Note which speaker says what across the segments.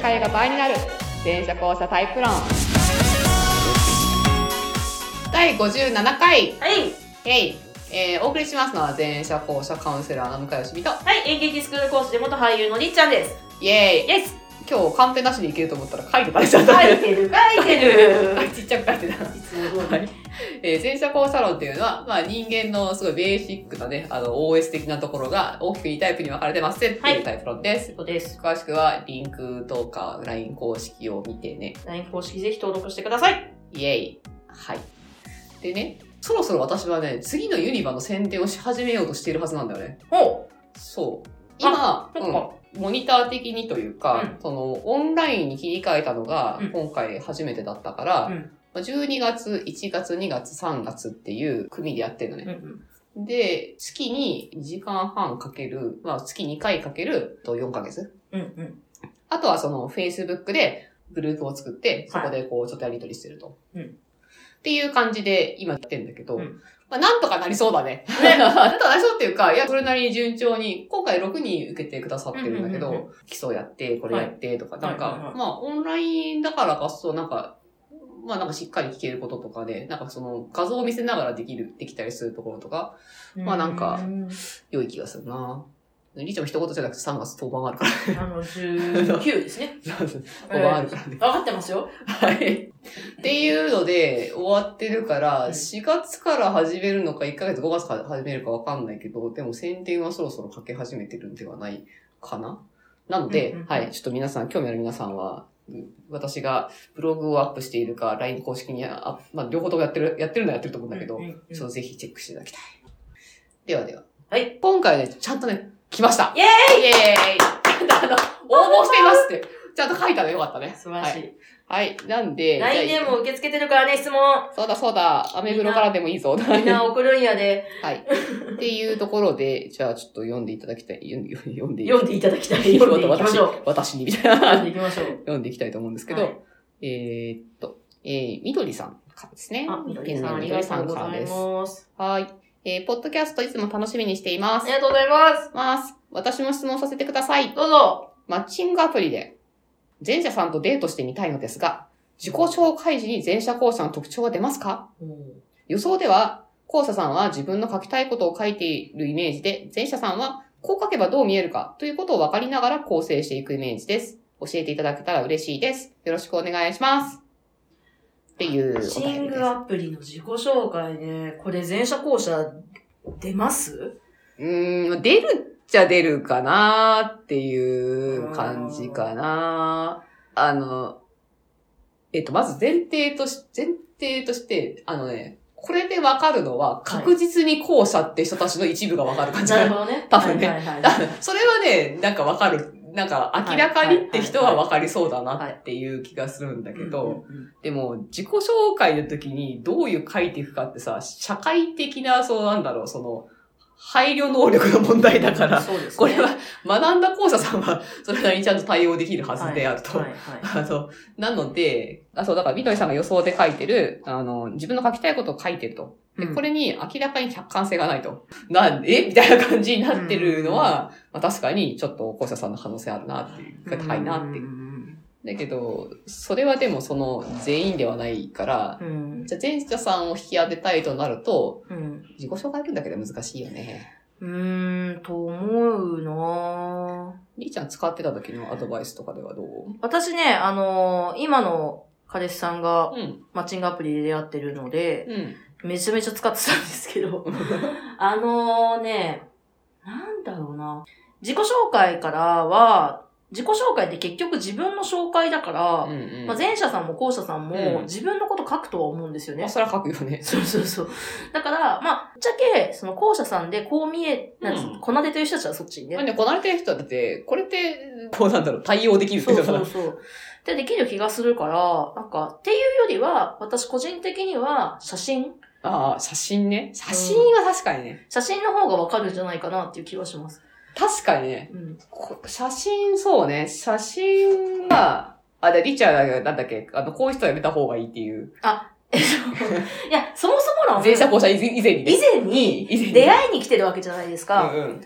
Speaker 1: 界が倍になる電車交差タイプ論第57回
Speaker 2: はい、
Speaker 1: えい、えーお送りしますのは前者後者カウンセラーの向井よしみと
Speaker 2: はい、演劇スクール講師で元俳優のりっちゃんです。
Speaker 1: イエーイ
Speaker 2: イエス
Speaker 1: 今日カンペなしでいけると思ったら書いてバレちゃった
Speaker 2: 書い
Speaker 1: ね
Speaker 2: てる、書いてる
Speaker 1: ちっちゃく書いてた
Speaker 2: いつも通り。
Speaker 1: えー、前者後者論っていうのは、まあ人間のすごいベーシックなね、あの OS 的なところが大きく2タイプに分かれてますって
Speaker 2: は
Speaker 1: いう
Speaker 2: い
Speaker 1: タイプ論です。
Speaker 2: そうです。
Speaker 1: 詳しくはリンクとか LINE 公式を見てね。
Speaker 2: LINE 公式ぜひ登録してください。
Speaker 1: イエイ。はい。でね、そろそろ私はね、次のユニバの宣伝をし始めようとしているはずなんだよね。
Speaker 2: ほ
Speaker 1: そう。今、
Speaker 2: う。
Speaker 1: う
Speaker 2: そっ
Speaker 1: ん、
Speaker 2: か。
Speaker 1: モニター的にというか、
Speaker 2: うん
Speaker 1: その、オンラインに切り替えたのが
Speaker 2: うん、
Speaker 1: 今回初めてだったから、
Speaker 2: うん
Speaker 1: まあ12月、1月、2月、3月っていう組でやってるのね
Speaker 2: う。んうん。
Speaker 1: で、月に2時間半かける、まあ月2回かけると4ヶ月。
Speaker 2: うんうん。
Speaker 1: あとはその Facebook でグループを作って、そこでこうちょっとやりとりしてると。
Speaker 2: うん
Speaker 1: っていう感じで今やってんだけど、
Speaker 2: うん
Speaker 1: まあなんとかなりそうだね。 なんとかなりそうっていうか、いや、それなりに順調に、今回6人受けてくださってるんだけど、
Speaker 2: うんうんうん
Speaker 1: 基礎やって、これやってとか、
Speaker 2: はい
Speaker 1: なんか、
Speaker 2: はいはいはい
Speaker 1: まあオンラインだからこそ、なんか、まあなんかしっかり聞けることとかで、なんかその画像を見せながらできる、できたりするところとか、まあなんか
Speaker 2: う
Speaker 1: 良い気がするなりーちゃんも一言じゃなくて3月当番あ るからね。
Speaker 2: あの、19ですね。
Speaker 1: 当番あるからね。
Speaker 2: 分かってますよ。
Speaker 1: はい。っていうので、終わってるから、
Speaker 2: うん
Speaker 1: 4月から始めるのか、1ヶ月5月から始めるかわかんないけど、でも宣伝はそろそろかけ始めてるんではないかななので、
Speaker 2: うんうんうん
Speaker 1: はい、ちょっと皆さん、興味ある皆さんは、うん私がブログをアップしているか、LINE 公式にあ、まあ、両方ともやってる、やってるのはやってると思うんだけど、
Speaker 2: うんうんうん
Speaker 1: そう、ぜひチェックしていただきたい。ではでは。
Speaker 2: はい。
Speaker 1: 今回ね、ちゃんとね、来ました。
Speaker 2: イエ
Speaker 1: ーイイエ ーイちゃんとあの、応募していますって、ちゃんと書いたのよかったね。
Speaker 2: 素晴らしい。
Speaker 1: はい。なんで、
Speaker 2: 来年も受け付けてるからね、質問。
Speaker 1: そうだそうだ、アメブロからでもいいぞ。
Speaker 2: みんな送るんやで、
Speaker 1: はい。っていうところで、じゃあちょっと読んでいただきたい。読んで、読んでい
Speaker 2: 読んでいただきたい。読んでいきましょう。
Speaker 1: 私、私にみたい
Speaker 2: 読ん
Speaker 1: な。
Speaker 2: でいきましょう。
Speaker 1: 読んでいきたいと思うんですけど、
Speaker 2: はい
Speaker 1: えーっと、えー、みどりさんからですね。
Speaker 2: あ、みどりさん、あ
Speaker 1: ペンネームみ
Speaker 2: り
Speaker 1: ど
Speaker 2: が
Speaker 1: りさ
Speaker 2: とうんご
Speaker 1: から
Speaker 2: ざい
Speaker 1: です。
Speaker 2: ます。
Speaker 1: はい。えー、ポッドキャストいつも楽しみにしていま
Speaker 2: あ
Speaker 1: す
Speaker 2: り。がとうございます。
Speaker 1: ます。私も質問させてください。
Speaker 2: どうぞ。
Speaker 1: マッチングアプリで、前者さんとデートしてみたいのですが、自己紹介時に前者後者の特徴は出ますか予想では、後者さんは自分の書きたいことを書いているイメージで、前者さんはこう書けばどう見えるかということを分かりながら構成していくイメージです。教えていただけたら嬉しいです。よろしくお願いします。っていうお
Speaker 2: シ
Speaker 1: 便り
Speaker 2: ン
Speaker 1: で
Speaker 2: グ
Speaker 1: す。
Speaker 2: アプリの自己紹介ね、これ前者後者出ます
Speaker 1: うーん、出るっちゃ出るかなーっていう感じかなーあの、えっと、まず前提とし、前提として、あのね、これでわかるのは確実に後者って人たちの一部がわかる感じかな。
Speaker 2: どね
Speaker 1: 多分ね
Speaker 2: はいはいはい
Speaker 1: だ それはね、なんかわかる。なんか明らかにって人はわかりそうだなっていう気がするんだけど、
Speaker 2: うんうんうん
Speaker 1: でも自己紹介の時にどういう書いていくかってさ、社会的な、そうなんだろう、その、配慮能力の問題だから、
Speaker 2: そうですね
Speaker 1: これは学んだ校舎さんはそれなりにちゃんと対応できるはずであると。
Speaker 2: はいはいはい
Speaker 1: あの、なので、あ、そう、だから、みどりさんが予想で書いてる、あの、自分の書きたいことを書いてると。で、
Speaker 2: うん
Speaker 1: これに明らかに客観性がないと。なんで みたいな感じになってるのは、まあ、確かにちょっと校舎さんの可能性あるなっていう、が高いなっていうう。
Speaker 2: ん
Speaker 1: だけど、それはでもその全員ではないから、
Speaker 2: うんうん
Speaker 1: じゃあ前者さんを引き当てたいとなると、
Speaker 2: うん
Speaker 1: 自己紹介文だけで難しいよね。
Speaker 2: うんうーんと思うなぁ
Speaker 1: りーちゃん使ってた時のアドバイスとかではどう
Speaker 2: 私ね、あのー今の彼氏さんが
Speaker 1: うん。
Speaker 2: マッチングアプリで出会ってるので、
Speaker 1: うん。
Speaker 2: めちゃめちゃ使ってたんですけど、あのね、なんだろうな。自己紹介からは、自己紹介って結局自分の紹介だから、
Speaker 1: うんうん。
Speaker 2: まあ、前者さんも後者さん
Speaker 1: うん
Speaker 2: も自分のこと書くとは思うんですよね。
Speaker 1: あそれは書くよね。
Speaker 2: そうそうそう。だから、まあ、ぶっちゃけ、その後者さんでこう見え、なんつ
Speaker 1: うん
Speaker 2: こなでという人たちはそっちに
Speaker 1: まあ
Speaker 2: ね。
Speaker 1: ね、 こなれてる人はだって、これって、こうなんだろう、対応できるって
Speaker 2: そう
Speaker 1: いう
Speaker 2: そう
Speaker 1: か、
Speaker 2: そう。で、できる気がするから、なんか、っていうよりは、私個人的には写真
Speaker 1: ああ、写真ね。写真は確かにね。
Speaker 2: 写真の方がわかるんじゃないかなっていう気はします。
Speaker 1: 確かにね。
Speaker 2: うん。
Speaker 1: こ写真、そうね。写真は、あ、で、リチャーが、なんだっけ、あの、こういう人はやめた方がいいっていう。
Speaker 2: えそういや、そもそも論、
Speaker 1: 前者後者以前以前にね。
Speaker 2: 以前に
Speaker 1: 以前に
Speaker 2: 出会いに来てるわけじゃないですか。
Speaker 1: うんうん。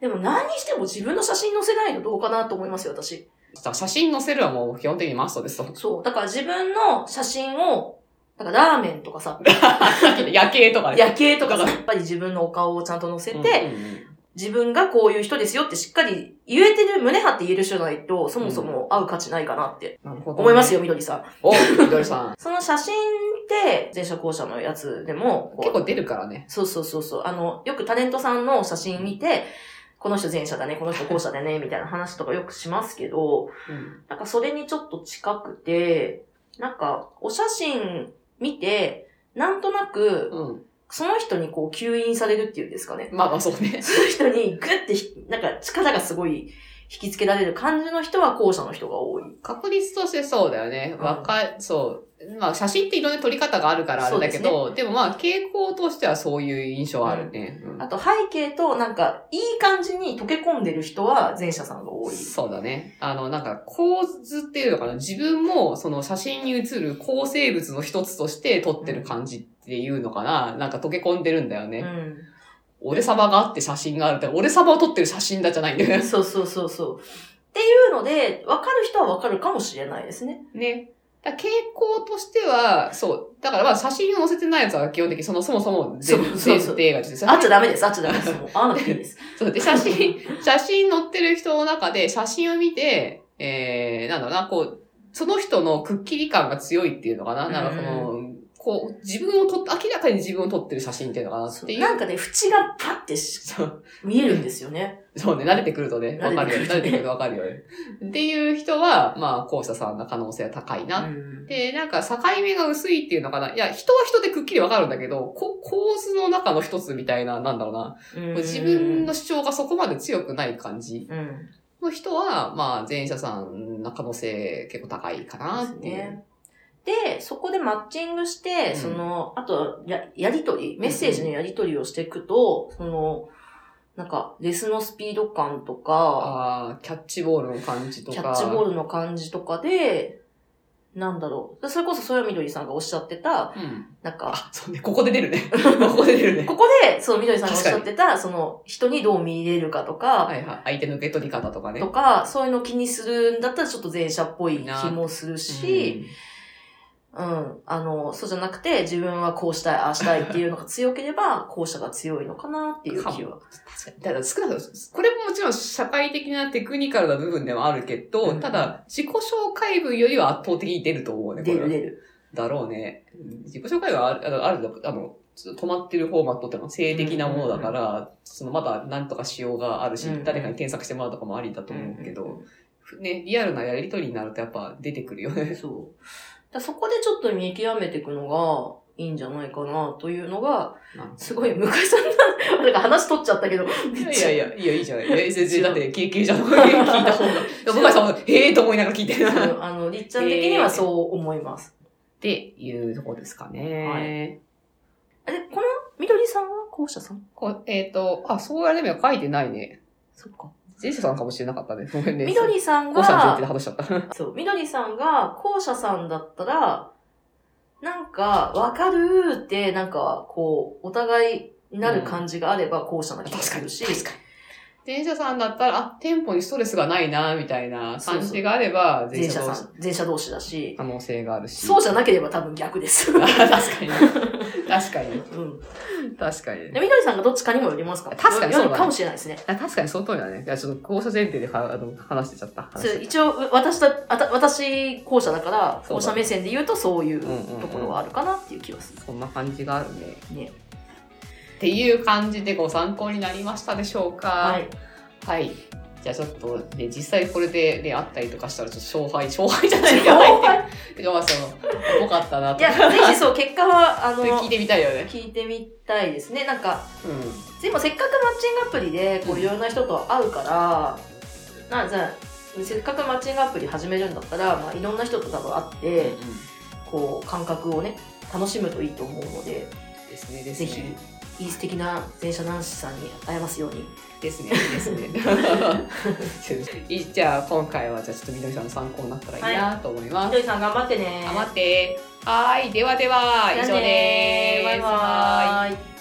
Speaker 2: でも何にしても自分の写真載せないのどうかなと思いますよ、私。
Speaker 1: 写真載せるはもう基本的にマストですと。
Speaker 2: そう。だから自分の写真を、だからラーメンとかさ、
Speaker 1: 夜景とか
Speaker 2: 夜景とかさ、やっぱり自分のお顔をちゃんと載せて、
Speaker 1: うんうんうん
Speaker 2: 自分がこういう人ですよってしっかり言えてる、胸張って言える人じゃないと、そもそも会う価値ないかなって
Speaker 1: なるほど、
Speaker 2: 思いますよ、。みどりさん。
Speaker 1: お、みどりさん。
Speaker 2: その写真って、前者後者のやつでも、こう
Speaker 1: 結構出るからね。
Speaker 2: そうそうそうそう。あの、よくタレントさんの写真見て、この人前者だね、この人後者だね、み たいな話とかよくしますけど、なんかそれにちょっと近くて、なんかお写真見て、なんとなく、
Speaker 1: うん。うん。
Speaker 2: その人にこう吸引されるっていうんですかね。
Speaker 1: まあまあそうね。
Speaker 2: その人にグッてひ、なんか力がすごい引きつけられる感じの人は後者の人が多い。
Speaker 1: 確率としてそうだよね。
Speaker 2: うん
Speaker 1: 若い、そう。まあ写真っていろんな撮り方があるからあれだけど、でもまあ傾向としてはそういう印象はあるね。うん
Speaker 2: あと背景となんかいい感じに溶け込んでる人は前者さんが多い。
Speaker 1: そうだね。あの、なんか構図っていうのかな。自分もその写真に写る構成物の一つとして撮ってる感じっていうのかな。なんか溶け込んでるんだよね。
Speaker 2: うん。
Speaker 1: 俺様があって写真があるって、俺様を撮ってる写真だじゃないんだよね。
Speaker 2: そうそうそうそう。っていうので、わかる人はわかるかもしれないです ね。
Speaker 1: ね。だから傾向としては、そう。だからまあ写真を載せてないやつは基本的にそのそもそも
Speaker 2: そ
Speaker 1: 全
Speaker 2: うそうそう
Speaker 1: 定がです
Speaker 2: あっちゃダメです、あっちゃダメです。もう、あなくてい いです。
Speaker 1: そう。で、写真、 写真載ってる人の中で写真を見て、えー、なんだろうな、こう、その人のくっきり感が強いっていうのかな。
Speaker 2: うん
Speaker 1: なんかその、こう、自分を撮っ、明らかに自分を撮ってる写真っていうのかなっていう。
Speaker 2: なんかね、縁がパッてし
Speaker 1: そう
Speaker 2: 見えるんですよね。
Speaker 1: そうね、慣れてくるとね、わかるよね。慣
Speaker 2: 慣
Speaker 1: れてく
Speaker 2: れてく
Speaker 1: る
Speaker 2: る
Speaker 1: とわかるよね。っていう人は、まあ、後者さんの可能性は高いな。
Speaker 2: うん
Speaker 1: で、なんか境目が薄いっていうのかな。いや、人は人でくっきりわかるんだけど、こ構図の中の一つみたいな、なんだろうな。
Speaker 2: うん
Speaker 1: 自分の主張がそこまで強くない感じ。
Speaker 2: うん。
Speaker 1: の人は、まあ、前者さんの可能性結構高いかなっていう。
Speaker 2: ねで、そこでマッチングして、
Speaker 1: うん
Speaker 2: その、あとや、やりとり、メッセージのやりとりをしていくと、その、なんか、レスのスピード感とか、
Speaker 1: ああ、キャッチボールの感じと
Speaker 2: キ
Speaker 1: か。
Speaker 2: ャッチボ
Speaker 1: ー
Speaker 2: ールの感じとかで、なんだろう。それこそ、そよみどりさんがおっしゃってた、
Speaker 1: ル。うん。
Speaker 2: なんか、
Speaker 1: あ、そうね。ここで出る ね。ここで出るね。
Speaker 2: ここで、そう、みどりさんがおっしゃってた、その、人にどう見れるかとか、
Speaker 1: はいはい。相手の受け取り方とかね。
Speaker 2: とか、そういうの気にするんだったら、ちょっと前者っぽい気もするし、うん、あの、そうじゃなくて、自分はこうしたい、ああしたいっていうのが強ければ、後者が強いのかなっていう気は。
Speaker 1: 確かに。ただ少なくとも、これももちろん社会的なテクニカルな部分でもあるけど、
Speaker 2: うん
Speaker 1: ただ、自己紹介文よりは圧倒的に出ると思うね、こ
Speaker 2: 出
Speaker 1: れは
Speaker 2: る出る。
Speaker 1: だろうね。自己紹介はある、あの、あるのあの止まってるフォーマットってのは性的なものだから、そのまだ何とか仕様があるし、
Speaker 2: うんうん
Speaker 1: 誰かに添削してもらうとかもありだと思うけど、ね、リアルなやりとりになるとやっぱ出てくるよ
Speaker 2: うん
Speaker 1: ね。
Speaker 2: そう。だからそこでちょっと見極めていくのが、いいんじゃないかなというのが、すごい、向井さん なん、なんか話取っちゃったけど、め
Speaker 1: い
Speaker 2: っ
Speaker 1: やい
Speaker 2: ちゃ
Speaker 1: やい や、いや、いいじゃない。いや、全然、
Speaker 2: 違う
Speaker 1: だって、経験者の声聞いた方が。いや、向井さんも、へえーと思いながら聞いてるな。っ
Speaker 2: うんあの、りっちゃん的にはそう思います。
Speaker 1: ていうとこですかね。
Speaker 2: あれ、この、みどりさんは後者さん
Speaker 1: こえっ、と、あ、そうやれば書いてないね。
Speaker 2: そっか。
Speaker 1: 前者さんかもしれなかったね。ごめんね。
Speaker 2: みどりさん
Speaker 1: 後者の前提で
Speaker 2: が、
Speaker 1: 話しちゃった。
Speaker 2: そう、みどりさんが後者さんだったら、なんか、わかるーって、なんか、こう、お互いになる感じがあれば後者な気が
Speaker 1: 確か
Speaker 2: す
Speaker 1: に。
Speaker 2: るし、
Speaker 1: 確かに。電車さんだったら、あ、店舗にストレスがないな、みたいな感じがあれば、
Speaker 2: 前者さ
Speaker 1: 同士
Speaker 2: ん、前者同士だし、
Speaker 1: 可能性があるし。
Speaker 2: そう
Speaker 1: じ
Speaker 2: じゃなければ多分 逆です。
Speaker 1: ゃ確かに。確かに。
Speaker 2: うん。
Speaker 1: 確かに
Speaker 2: で、。みどりさんがどっちかにもよりますから
Speaker 1: 確かにそうだね
Speaker 2: よるかもしれないですね。
Speaker 1: あ確かにその通りだね。じゃあちょっと校舎前提ではあの話してちゃった。話し
Speaker 2: そ
Speaker 1: てちゃ
Speaker 2: う
Speaker 1: った
Speaker 2: 一応、私だ、あた私、後者だから、
Speaker 1: そうだね
Speaker 2: 後者目線で言うとそういう
Speaker 1: うんうんうん
Speaker 2: ところはあるかなっていう気がする。
Speaker 1: そんな感じがあるね。
Speaker 2: ね。
Speaker 1: っていう感じでご参考になりましたでしょうか。
Speaker 2: はい。。
Speaker 1: はい。じゃあちょっと、ね、実際これで、ね、あったりとかしたら、ちょっと勝敗、勝敗じゃないやばいって。まあその、よかったなと
Speaker 2: い。や、ぜひそう、結果は、あ
Speaker 1: そ
Speaker 2: の、
Speaker 1: れ聞いてみたいよね。
Speaker 2: 聞いてみたいですね。なんか、
Speaker 1: うん。
Speaker 2: でもせっかくマッチングアプリで、こ
Speaker 1: う
Speaker 2: う、
Speaker 1: ん
Speaker 2: いろんな人と会うから、なじゃあせっかくマッチングアプリ始めるんだったら、まあ、いろんな人と多分会って、こう、感覚をね、楽しむといいと思うので、
Speaker 1: ですね、です
Speaker 2: ぜ
Speaker 1: ね。
Speaker 2: ひ、いい素敵な前者男子さんに会えますように。
Speaker 1: ですね、ですね。 いじゃあ今回はじゃあちょっとみどりさんの参考になったらいいなと思います。
Speaker 2: りさん頑張ってね
Speaker 1: 頑張って。はーい、ではでは、以
Speaker 2: 以
Speaker 1: 上
Speaker 2: 上
Speaker 1: で。
Speaker 2: ですす。
Speaker 1: はーい
Speaker 2: イ。